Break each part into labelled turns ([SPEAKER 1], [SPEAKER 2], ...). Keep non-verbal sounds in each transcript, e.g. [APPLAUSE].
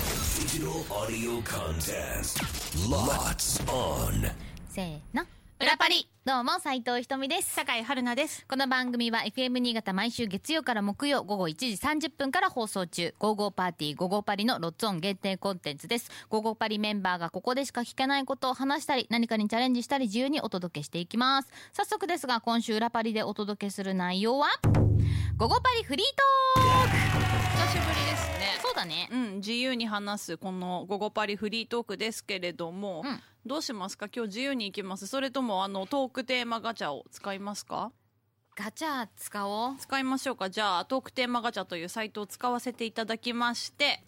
[SPEAKER 1] Digital audio contest. Lots on.
[SPEAKER 2] せーの。裏パリどうも、斉藤ひとみです。
[SPEAKER 3] 酒井春菜です。
[SPEAKER 2] この番組は FM 新潟毎週月曜から木曜午後1時30分から放送中、55パーティー55パリのロッツオン限定コンテンツです。55パリメンバーがここでしか聞けないことを話したり、何かにチャレンジしたり自由にお届けしていきます。早速ですが、今週裏パリでお届けする内容は、午後パリフリートー
[SPEAKER 3] 久しぶりです
[SPEAKER 2] ク
[SPEAKER 3] ね。
[SPEAKER 2] そうだね。
[SPEAKER 3] うん、自由に話すこの午後パリフリートークですけれども、
[SPEAKER 2] うん
[SPEAKER 3] どうしますか今日自由に行きますそれともあのトークテーマガチャを使いますか
[SPEAKER 2] ガチャ使おう。
[SPEAKER 3] 使いましょうかじゃあトークテーマガチャというサイトを使わせていただきまして、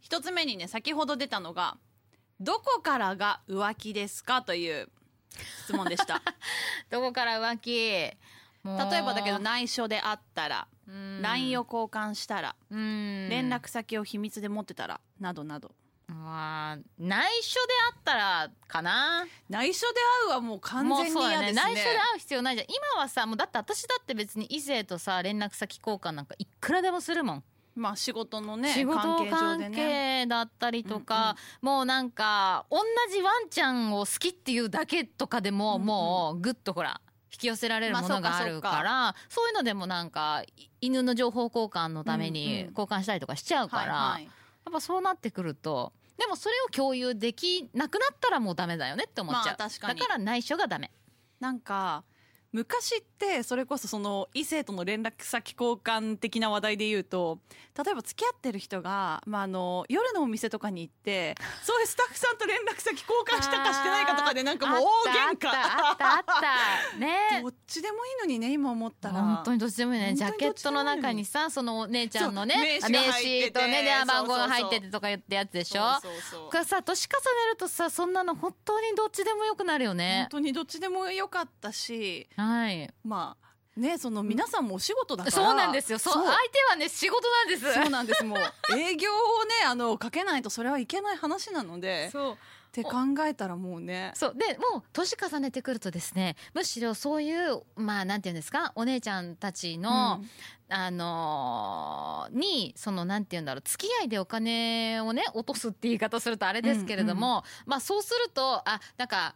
[SPEAKER 3] 一つ目にね、先ほど出たのが、どこからが浮気ですかという質問
[SPEAKER 2] [LAUGHS]
[SPEAKER 3] でした。
[SPEAKER 2] どこから浮気例え
[SPEAKER 3] 例えばだけど内緒で会ったら、LINE を交換したら、
[SPEAKER 2] うん
[SPEAKER 3] 連絡先を秘密で持ってたら、などなど。
[SPEAKER 2] あー内緒であったらかな
[SPEAKER 3] 内緒で会うはもう完
[SPEAKER 2] もう
[SPEAKER 3] 全に
[SPEAKER 2] そう
[SPEAKER 3] 嫌
[SPEAKER 2] だ
[SPEAKER 3] ですね
[SPEAKER 2] 内緒で会う必要ないじゃん今はさもうだって私だって別に異性とさ連絡先交換なんかいくらでもするもん、
[SPEAKER 3] まあ仕事のね
[SPEAKER 2] 仕
[SPEAKER 3] 関
[SPEAKER 2] 事
[SPEAKER 3] 係上で
[SPEAKER 2] 関
[SPEAKER 3] ね
[SPEAKER 2] 係だったりとか、もうなんか同じワンちゃんを好きっていうだけとかでも、
[SPEAKER 3] うんうん
[SPEAKER 2] もうぐっとほら引き寄せられるものが
[SPEAKER 3] まあ
[SPEAKER 2] あ
[SPEAKER 3] そうか
[SPEAKER 2] るから、そういうのでもなんかい犬の情報交換のため
[SPEAKER 3] うん
[SPEAKER 2] に
[SPEAKER 3] うん
[SPEAKER 2] 交換したりとかしちゃうから、
[SPEAKER 3] はいはい
[SPEAKER 2] やっぱそうなってくると、でもそれを共有できなくなったらもうダメだよねって思っちゃう。
[SPEAKER 3] まあ確かに
[SPEAKER 2] だから内緒がダメ。
[SPEAKER 3] なんか昔ってそれこそその異性との連絡先交換的な話題で言うと例えば付き合ってる人が、まあ、あの夜のお店とかに
[SPEAKER 2] [LAUGHS]
[SPEAKER 3] 行ってそういうスタッフさんと連絡先交換したかしてないかとかでなんかもう大喧嘩
[SPEAKER 2] あったあったあったあった。ね
[SPEAKER 3] [LAUGHS] どっちでもいいのにね今思ったら
[SPEAKER 2] 本当にどっちでもいいね。
[SPEAKER 3] 本
[SPEAKER 2] ジ
[SPEAKER 3] 当
[SPEAKER 2] ャ
[SPEAKER 3] に
[SPEAKER 2] ケ
[SPEAKER 3] どっ
[SPEAKER 2] ッ
[SPEAKER 3] ち
[SPEAKER 2] ト
[SPEAKER 3] でもい
[SPEAKER 2] の
[SPEAKER 3] いのに
[SPEAKER 2] 中にさ、そのお姉ちゃんのね、
[SPEAKER 3] そ
[SPEAKER 2] あ
[SPEAKER 3] う名刺が入ってて
[SPEAKER 2] とね、電話番号
[SPEAKER 3] そ
[SPEAKER 2] が
[SPEAKER 3] うそう
[SPEAKER 2] 入
[SPEAKER 3] そ
[SPEAKER 2] っ
[SPEAKER 3] う
[SPEAKER 2] ててとか言ってやつでしょ
[SPEAKER 3] そうそうそう
[SPEAKER 2] これさ、年重ねるとさ、そんなの本当にどっちでもよくなるよ
[SPEAKER 3] 本
[SPEAKER 2] ね。
[SPEAKER 3] 当にどっちでもよかったし
[SPEAKER 2] はい。
[SPEAKER 3] まあねその皆さんもお仕事だから
[SPEAKER 2] そうなんですよ。そう、
[SPEAKER 3] そ
[SPEAKER 2] 相
[SPEAKER 3] う
[SPEAKER 2] 手はね、仕事なんです。
[SPEAKER 3] そうなんですもう営業をねあのかけないとそれはいけない話なのでっ
[SPEAKER 2] [LAUGHS] そう。
[SPEAKER 3] て考えたらもうね
[SPEAKER 2] そうでもう年重ねてくるとですねむしろそういうまあなんていうんですかお姉ちゃんたちの、
[SPEAKER 3] うん
[SPEAKER 2] あのーにそのなんていうんだろう付き合いでお金をね落とすって言い方するとあれですけれども、まあそうするとあなんか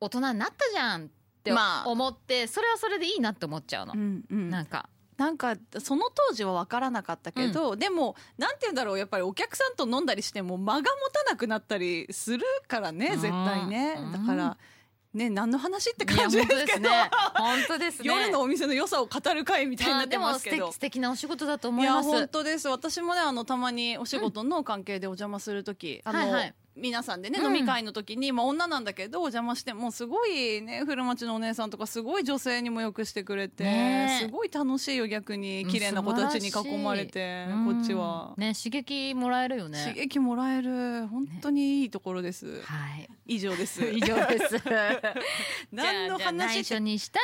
[SPEAKER 2] 大人になったじゃんって
[SPEAKER 3] まあ
[SPEAKER 2] 思って、それはそれでいいなって思っちゃうの、
[SPEAKER 3] うんうん、
[SPEAKER 2] なんか
[SPEAKER 3] なんかその当時は分からなかったけど、でもなんて言うんだろうやっぱりお客さんと飲んだりしても間が持たなくなったりするからね
[SPEAKER 2] うん
[SPEAKER 3] 絶対ね
[SPEAKER 2] うん
[SPEAKER 3] だからね何の話って
[SPEAKER 2] いや
[SPEAKER 3] 感じ
[SPEAKER 2] 本
[SPEAKER 3] で
[SPEAKER 2] 当
[SPEAKER 3] す
[SPEAKER 2] で
[SPEAKER 3] け
[SPEAKER 2] す
[SPEAKER 3] ど、
[SPEAKER 2] ね本当ですね
[SPEAKER 3] 夜のお店の良さを語る会みたいに
[SPEAKER 2] まあ
[SPEAKER 3] なって
[SPEAKER 2] で
[SPEAKER 3] ま
[SPEAKER 2] も
[SPEAKER 3] す
[SPEAKER 2] 素
[SPEAKER 3] けど
[SPEAKER 2] 敵素敵なお仕事だと思います
[SPEAKER 3] や本当です私もねあのたまにお仕事の関係でお邪魔する時、あの、
[SPEAKER 2] はいはい
[SPEAKER 3] 皆さんでね、
[SPEAKER 2] うん
[SPEAKER 3] 飲み会の時に、まあ、女なんだけどお邪魔してもうすごいね古町のお姉さんとかすごい女性にもよくしてくれて、
[SPEAKER 2] ねえ
[SPEAKER 3] すごい楽しいよ逆に
[SPEAKER 2] うん
[SPEAKER 3] 綺麗な子たちに囲まれて、こっちは
[SPEAKER 2] う、んね刺激もらえるよね
[SPEAKER 3] 刺激もらえる本当にいいところです、
[SPEAKER 2] はい。
[SPEAKER 3] 以上です
[SPEAKER 2] [LAUGHS] 以上
[SPEAKER 3] [LAUGHS]
[SPEAKER 2] です。
[SPEAKER 3] 何の
[SPEAKER 2] じゃあ
[SPEAKER 3] 話っ
[SPEAKER 2] 内緒
[SPEAKER 3] て
[SPEAKER 2] にした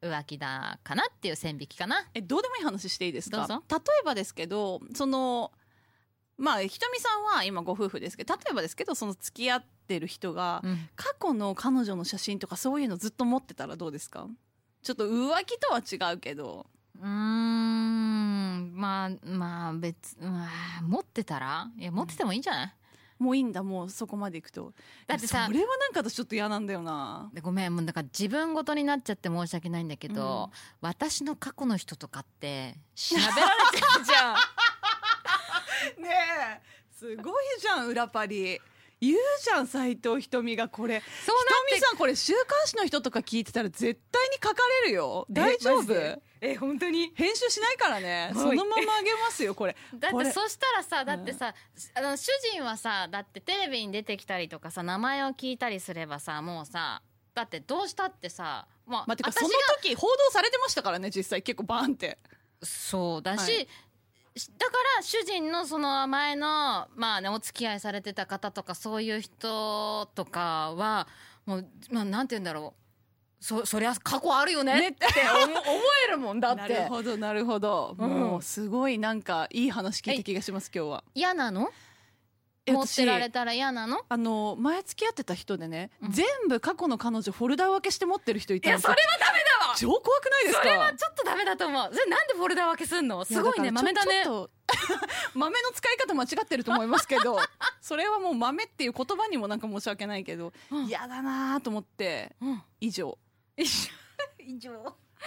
[SPEAKER 2] ら浮気だかなっていう線引きかな。
[SPEAKER 3] えどうでもいい話していいです
[SPEAKER 2] ど
[SPEAKER 3] か
[SPEAKER 2] うぞ
[SPEAKER 3] 例えばですけどそのまあひとみさんは今ご夫婦ですけど例えばですけどその付き合ってる人が、過去の彼女の写真とかそういうのずっと持ってたらどうですかちょっと浮気とは違うけど
[SPEAKER 2] うーん。まあまあ別うわー持ってたらいや持っててもいいんじゃない。
[SPEAKER 3] もういいんだもうそこまでいくと
[SPEAKER 2] だってさ
[SPEAKER 3] それはなんか私ちょっと嫌なんだよな
[SPEAKER 2] でごめんもうだから自分ごとになっちゃって申し訳ないんだけど、私の過去の人とか [LAUGHS] って調べられちゃうじゃん。
[SPEAKER 3] [LAUGHS] ねえすごいじゃん裏パリ言うじゃん斎藤ひとみがこれ
[SPEAKER 2] そう [LAUGHS]
[SPEAKER 3] ひとみさんこれ週刊誌の人とか聞いてたら絶対に書かれるよ大丈夫
[SPEAKER 2] え本当に。
[SPEAKER 3] 編集しないからね
[SPEAKER 2] はい
[SPEAKER 3] そのままあげますよこれ
[SPEAKER 2] だっ
[SPEAKER 3] こ
[SPEAKER 2] て
[SPEAKER 3] れ
[SPEAKER 2] そしたらさだってさ、あの主人はさだってテレビに出てきたりとかさ名前を聞いたりすればさもうさだってどうしたってさまあ、
[SPEAKER 3] まあ、てか
[SPEAKER 2] 私が
[SPEAKER 3] その時報道されてましたからね実際結構バーンって
[SPEAKER 2] そうだし、
[SPEAKER 3] は
[SPEAKER 2] しだから主人のその前のまあねお付き合いされてた方とかそういう人とかはもう、まあ、なんて言うんだろうそそりゃ過去あるよねって思思えるもんだっ
[SPEAKER 3] [LAUGHS] なる
[SPEAKER 2] て
[SPEAKER 3] ほどなるほど、
[SPEAKER 2] うん
[SPEAKER 3] もうすごいなんかいい話聞いた気がします今日は
[SPEAKER 2] 嫌なの
[SPEAKER 3] え
[SPEAKER 2] 持ってら
[SPEAKER 3] 私
[SPEAKER 2] れたら嫌なの
[SPEAKER 3] あの前付き合ってた人でね、
[SPEAKER 2] うん
[SPEAKER 3] 全部過去の彼女フォルダ分けして持ってる人い
[SPEAKER 2] い
[SPEAKER 3] たん
[SPEAKER 2] や
[SPEAKER 3] です
[SPEAKER 2] そ
[SPEAKER 3] よ
[SPEAKER 2] れはダメだわ
[SPEAKER 3] 超怖くないです
[SPEAKER 2] そ
[SPEAKER 3] か
[SPEAKER 2] れはちょっとダメだと思う。それなんでフォルダ分けすんのすごい
[SPEAKER 3] や
[SPEAKER 2] ね、
[SPEAKER 3] だ
[SPEAKER 2] 豆
[SPEAKER 3] か
[SPEAKER 2] だ
[SPEAKER 3] ら
[SPEAKER 2] ね
[SPEAKER 3] ちょ。ちょっと [LAUGHS] 豆の使い方間違ってると思いますけど [LAUGHS] それはもう豆っていう言葉にもなんか申し訳ないけど
[SPEAKER 2] うん
[SPEAKER 3] 嫌、だなーと思って
[SPEAKER 2] うん
[SPEAKER 3] 以
[SPEAKER 2] [LAUGHS]
[SPEAKER 3] 上
[SPEAKER 2] 以上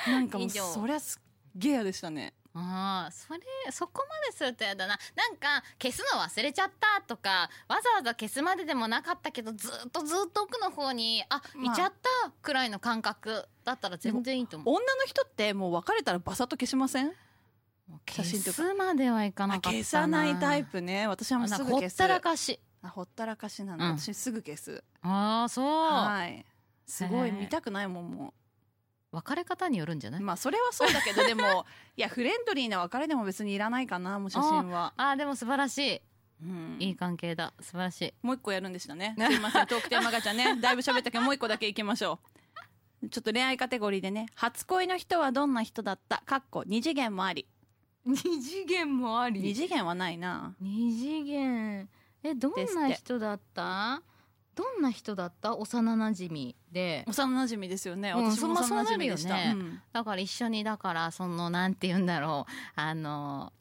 [SPEAKER 3] なんかも
[SPEAKER 2] 以
[SPEAKER 3] う
[SPEAKER 2] 上
[SPEAKER 3] そりゃすっげえ嫌でしたね
[SPEAKER 2] ああそれそこまでするとやだななんか消すの忘れちゃったとかわざわざ消すまででもなかったけどずっとずっと奥の方にあ
[SPEAKER 3] まあ
[SPEAKER 2] いちゃったくらいの感覚だったら全然いいと思
[SPEAKER 3] 女の人ってもう別れたらバサッと消しません
[SPEAKER 2] うもう
[SPEAKER 3] 写
[SPEAKER 2] 消
[SPEAKER 3] 真とか
[SPEAKER 2] すまではいかなか
[SPEAKER 3] あ
[SPEAKER 2] ったな
[SPEAKER 3] 消さないタイプね私はもうす
[SPEAKER 2] あ
[SPEAKER 3] ぐ
[SPEAKER 2] ほ
[SPEAKER 3] 消
[SPEAKER 2] っ
[SPEAKER 3] す
[SPEAKER 2] たらかし
[SPEAKER 3] あほったらかしなの、
[SPEAKER 2] うん
[SPEAKER 3] 私すぐ消す
[SPEAKER 2] ああそう
[SPEAKER 3] はいすご
[SPEAKER 2] へ
[SPEAKER 3] い
[SPEAKER 2] ー
[SPEAKER 3] 見たくないもんも
[SPEAKER 2] 別れ方によるんじゃないう
[SPEAKER 3] まあそれはそうだけど
[SPEAKER 2] [LAUGHS]
[SPEAKER 3] でもいやフレンドリーな別れでも別にいらないかなもう写真は、
[SPEAKER 2] ああでも素晴らし
[SPEAKER 3] うん
[SPEAKER 2] いいい関係だ素晴らし
[SPEAKER 3] [LAUGHS]
[SPEAKER 2] い
[SPEAKER 3] もう一個やるんでしたね。すいません、トークテーマガチャね。だいぶ喋ったけど、もう一個だけ行きましょう。ちょっと恋愛カテゴリーでね、初恋の人はどんな人だったかっこ、二次元もあり。
[SPEAKER 2] 二次元もあ
[SPEAKER 3] 二次元はないな。
[SPEAKER 2] 二次元えどん
[SPEAKER 3] ですっ
[SPEAKER 2] な
[SPEAKER 3] て
[SPEAKER 2] 人だったどんな人だった幼なじみで
[SPEAKER 3] 幼馴染ですよね。
[SPEAKER 2] うん
[SPEAKER 3] 私も
[SPEAKER 2] そんな
[SPEAKER 3] 幼馴染でした。
[SPEAKER 2] そうなるよ
[SPEAKER 3] うん
[SPEAKER 2] だから一緒にだからそのなんて言うんだろうあの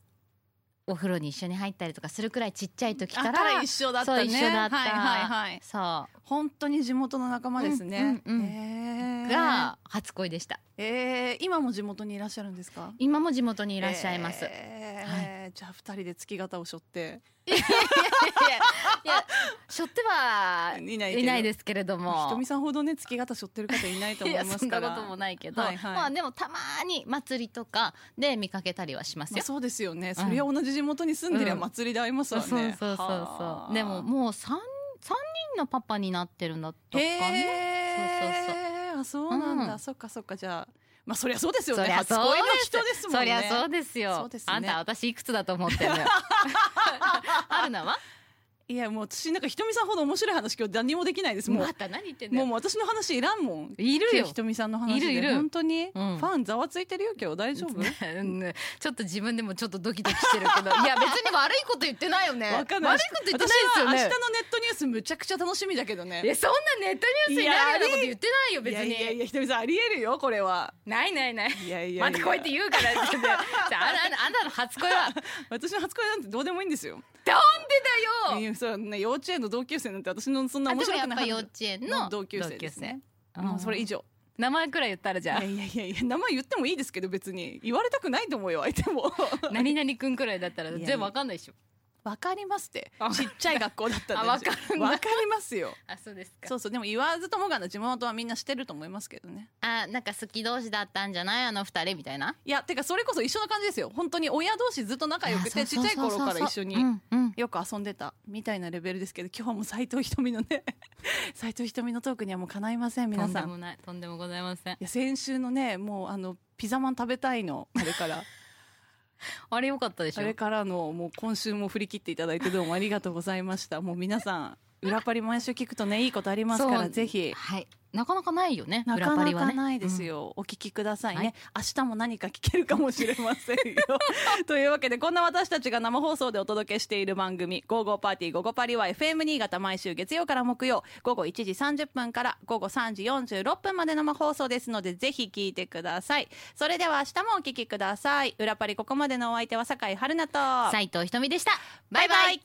[SPEAKER 2] お風呂に一緒に入ったりとかするくらいちっちゃい時か
[SPEAKER 3] だ
[SPEAKER 2] ら
[SPEAKER 3] から一緒だった
[SPEAKER 2] そう
[SPEAKER 3] ね。
[SPEAKER 2] 一緒だった
[SPEAKER 3] はいはいはい。
[SPEAKER 2] そ
[SPEAKER 3] 本当に地元の仲間ですね。
[SPEAKER 2] うんうんうん
[SPEAKER 3] へ
[SPEAKER 2] う
[SPEAKER 3] ー
[SPEAKER 2] が初恋でした
[SPEAKER 3] えー今も地元にいらっしゃるんですか
[SPEAKER 2] 今も地元にいらっしゃいます、
[SPEAKER 3] えー
[SPEAKER 2] は
[SPEAKER 3] じゃあ二人で月形を背負って。
[SPEAKER 2] いやしょってはい
[SPEAKER 3] ないけど
[SPEAKER 2] いないですけれども
[SPEAKER 3] ひとみさんほどね月形背負ってる方いないと思いますから
[SPEAKER 2] いやそんなこともないけど、
[SPEAKER 3] はいはい
[SPEAKER 2] まあでもたまに祭りとかで見かけたりはします
[SPEAKER 3] まあ
[SPEAKER 2] よ。
[SPEAKER 3] そうですよね、そりゃ同じ地元に住んでりゃ
[SPEAKER 2] うん
[SPEAKER 3] 祭りで会いますわね、
[SPEAKER 2] そうそうそう
[SPEAKER 3] は
[SPEAKER 2] そ
[SPEAKER 3] あ
[SPEAKER 2] う。でももう三三人のパパになってるんだったか
[SPEAKER 3] へ
[SPEAKER 2] な。
[SPEAKER 3] えあそうなんだ、
[SPEAKER 2] うん
[SPEAKER 3] そっかそっかじゃあまあそりゃそうですよ
[SPEAKER 2] そ
[SPEAKER 3] ね
[SPEAKER 2] りゃ
[SPEAKER 3] 初
[SPEAKER 2] そう
[SPEAKER 3] 恋の
[SPEAKER 2] です
[SPEAKER 3] 人ですもんね
[SPEAKER 2] そりゃそうですよ。
[SPEAKER 3] そうですね
[SPEAKER 2] あんた私いくつだと思ってん
[SPEAKER 3] [LAUGHS]
[SPEAKER 2] のよ。あるなはい
[SPEAKER 3] やもう私なんかひとみさんほど面白い話今日何もできないですもう
[SPEAKER 2] また何言ってんだ
[SPEAKER 3] も
[SPEAKER 2] よ。
[SPEAKER 3] うもう私の話いらんもん
[SPEAKER 2] いるよ
[SPEAKER 3] ひ。とみさんの話で
[SPEAKER 2] いるいる
[SPEAKER 3] 本当に、
[SPEAKER 2] うん
[SPEAKER 3] ファンざわついてるよ今日大丈夫
[SPEAKER 2] うんちょっと自分でもちょっとドキドキしてるけど。いや別に悪いこと言ってないよね。
[SPEAKER 3] わかんない
[SPEAKER 2] 悪いこと言ってない
[SPEAKER 3] 私は明
[SPEAKER 2] で
[SPEAKER 3] 日
[SPEAKER 2] す
[SPEAKER 3] の
[SPEAKER 2] よね。
[SPEAKER 3] ネットニュースむちゃくちゃ楽しみだけどね
[SPEAKER 2] えそんなネットニュースになるようなこと言ってないよ別に。
[SPEAKER 3] いやいやいやひとみさんありえるよこれは
[SPEAKER 2] ないないない。
[SPEAKER 3] いやいやいや
[SPEAKER 2] またこうやって言う
[SPEAKER 3] [LAUGHS]
[SPEAKER 2] からですね。じゃああなあなたの初恋は、どんで
[SPEAKER 3] 私の初恋なんてどうでもいいんですよ。
[SPEAKER 2] だ
[SPEAKER 3] い
[SPEAKER 2] よ
[SPEAKER 3] やそうね幼稚園の同級生なんて私のそんな
[SPEAKER 2] あ
[SPEAKER 3] 面
[SPEAKER 2] でも
[SPEAKER 3] 白
[SPEAKER 2] や
[SPEAKER 3] く
[SPEAKER 2] っ
[SPEAKER 3] な
[SPEAKER 2] ぱ
[SPEAKER 3] い
[SPEAKER 2] 幼稚園の
[SPEAKER 3] の同級生ですね。
[SPEAKER 2] 同級生
[SPEAKER 3] もうそれ以上。
[SPEAKER 2] 名前くらい言ったらじゃ
[SPEAKER 3] いやいやいやいや名前言ってもいいですけど別に言われたくないと思うよ相手も。
[SPEAKER 2] あ、 [LAUGHS] 何々くんくらいだったら
[SPEAKER 3] いやいや
[SPEAKER 2] 全部わかんないでしょ。
[SPEAKER 3] [LAUGHS] わかりますって。ちっちゃい学校だったんで。
[SPEAKER 2] あわかるんだ
[SPEAKER 3] わかりますよ。
[SPEAKER 2] あ、そうですか
[SPEAKER 3] [LAUGHS] そ。うそうでも言わずともがな地元はみんな知ってると思いますけどね。
[SPEAKER 2] あ、なんか好き同士だったんじゃないあの二人みたいな。
[SPEAKER 3] いやてかそれこそ一緒な感じですよ。本当に親同士ずっと仲良くて
[SPEAKER 2] あ
[SPEAKER 3] ちっちゃい頃から一緒に。
[SPEAKER 2] そうそうそうそううんうん
[SPEAKER 3] よく遊んでたみたいなレベルですけど今日はもう斎藤ひとみの
[SPEAKER 2] [LAUGHS]
[SPEAKER 3] ね斎藤ひとみのトークにはもうかないません皆さ
[SPEAKER 2] とんで
[SPEAKER 3] ん
[SPEAKER 2] もない、とんでもございません
[SPEAKER 3] い。や先週のねもうあのピザマン食べたいのあれから
[SPEAKER 2] あれ良かったでし
[SPEAKER 3] あ
[SPEAKER 2] ょ
[SPEAKER 3] れからのもう今週も振り切っていただいてどうもありがとうございましたもう皆さん裏パリ毎週聞くとねいいことありますから
[SPEAKER 2] そう
[SPEAKER 3] ぜひ
[SPEAKER 2] はい。なかなかないよね、
[SPEAKER 3] な
[SPEAKER 2] 裏
[SPEAKER 3] か
[SPEAKER 2] パ
[SPEAKER 3] な
[SPEAKER 2] リは
[SPEAKER 3] か
[SPEAKER 2] ね。
[SPEAKER 3] ないですよ、お聞きくださいね、明日も何か聞けるかもしれませんよ
[SPEAKER 2] [LAUGHS]
[SPEAKER 3] というわけでこんな私たちが生放送でお届けしている番組「ゴーゴーパーティーゴゴパリ」は FM 新潟毎週月曜から木曜午後1時30分から午後3時46分まで生放送ですのでぜひ聞いてくださいそれでは明日もお聞きください裏パリここまでのお相手は酒井春菜と
[SPEAKER 2] 斉藤ひとみでした。バイバイ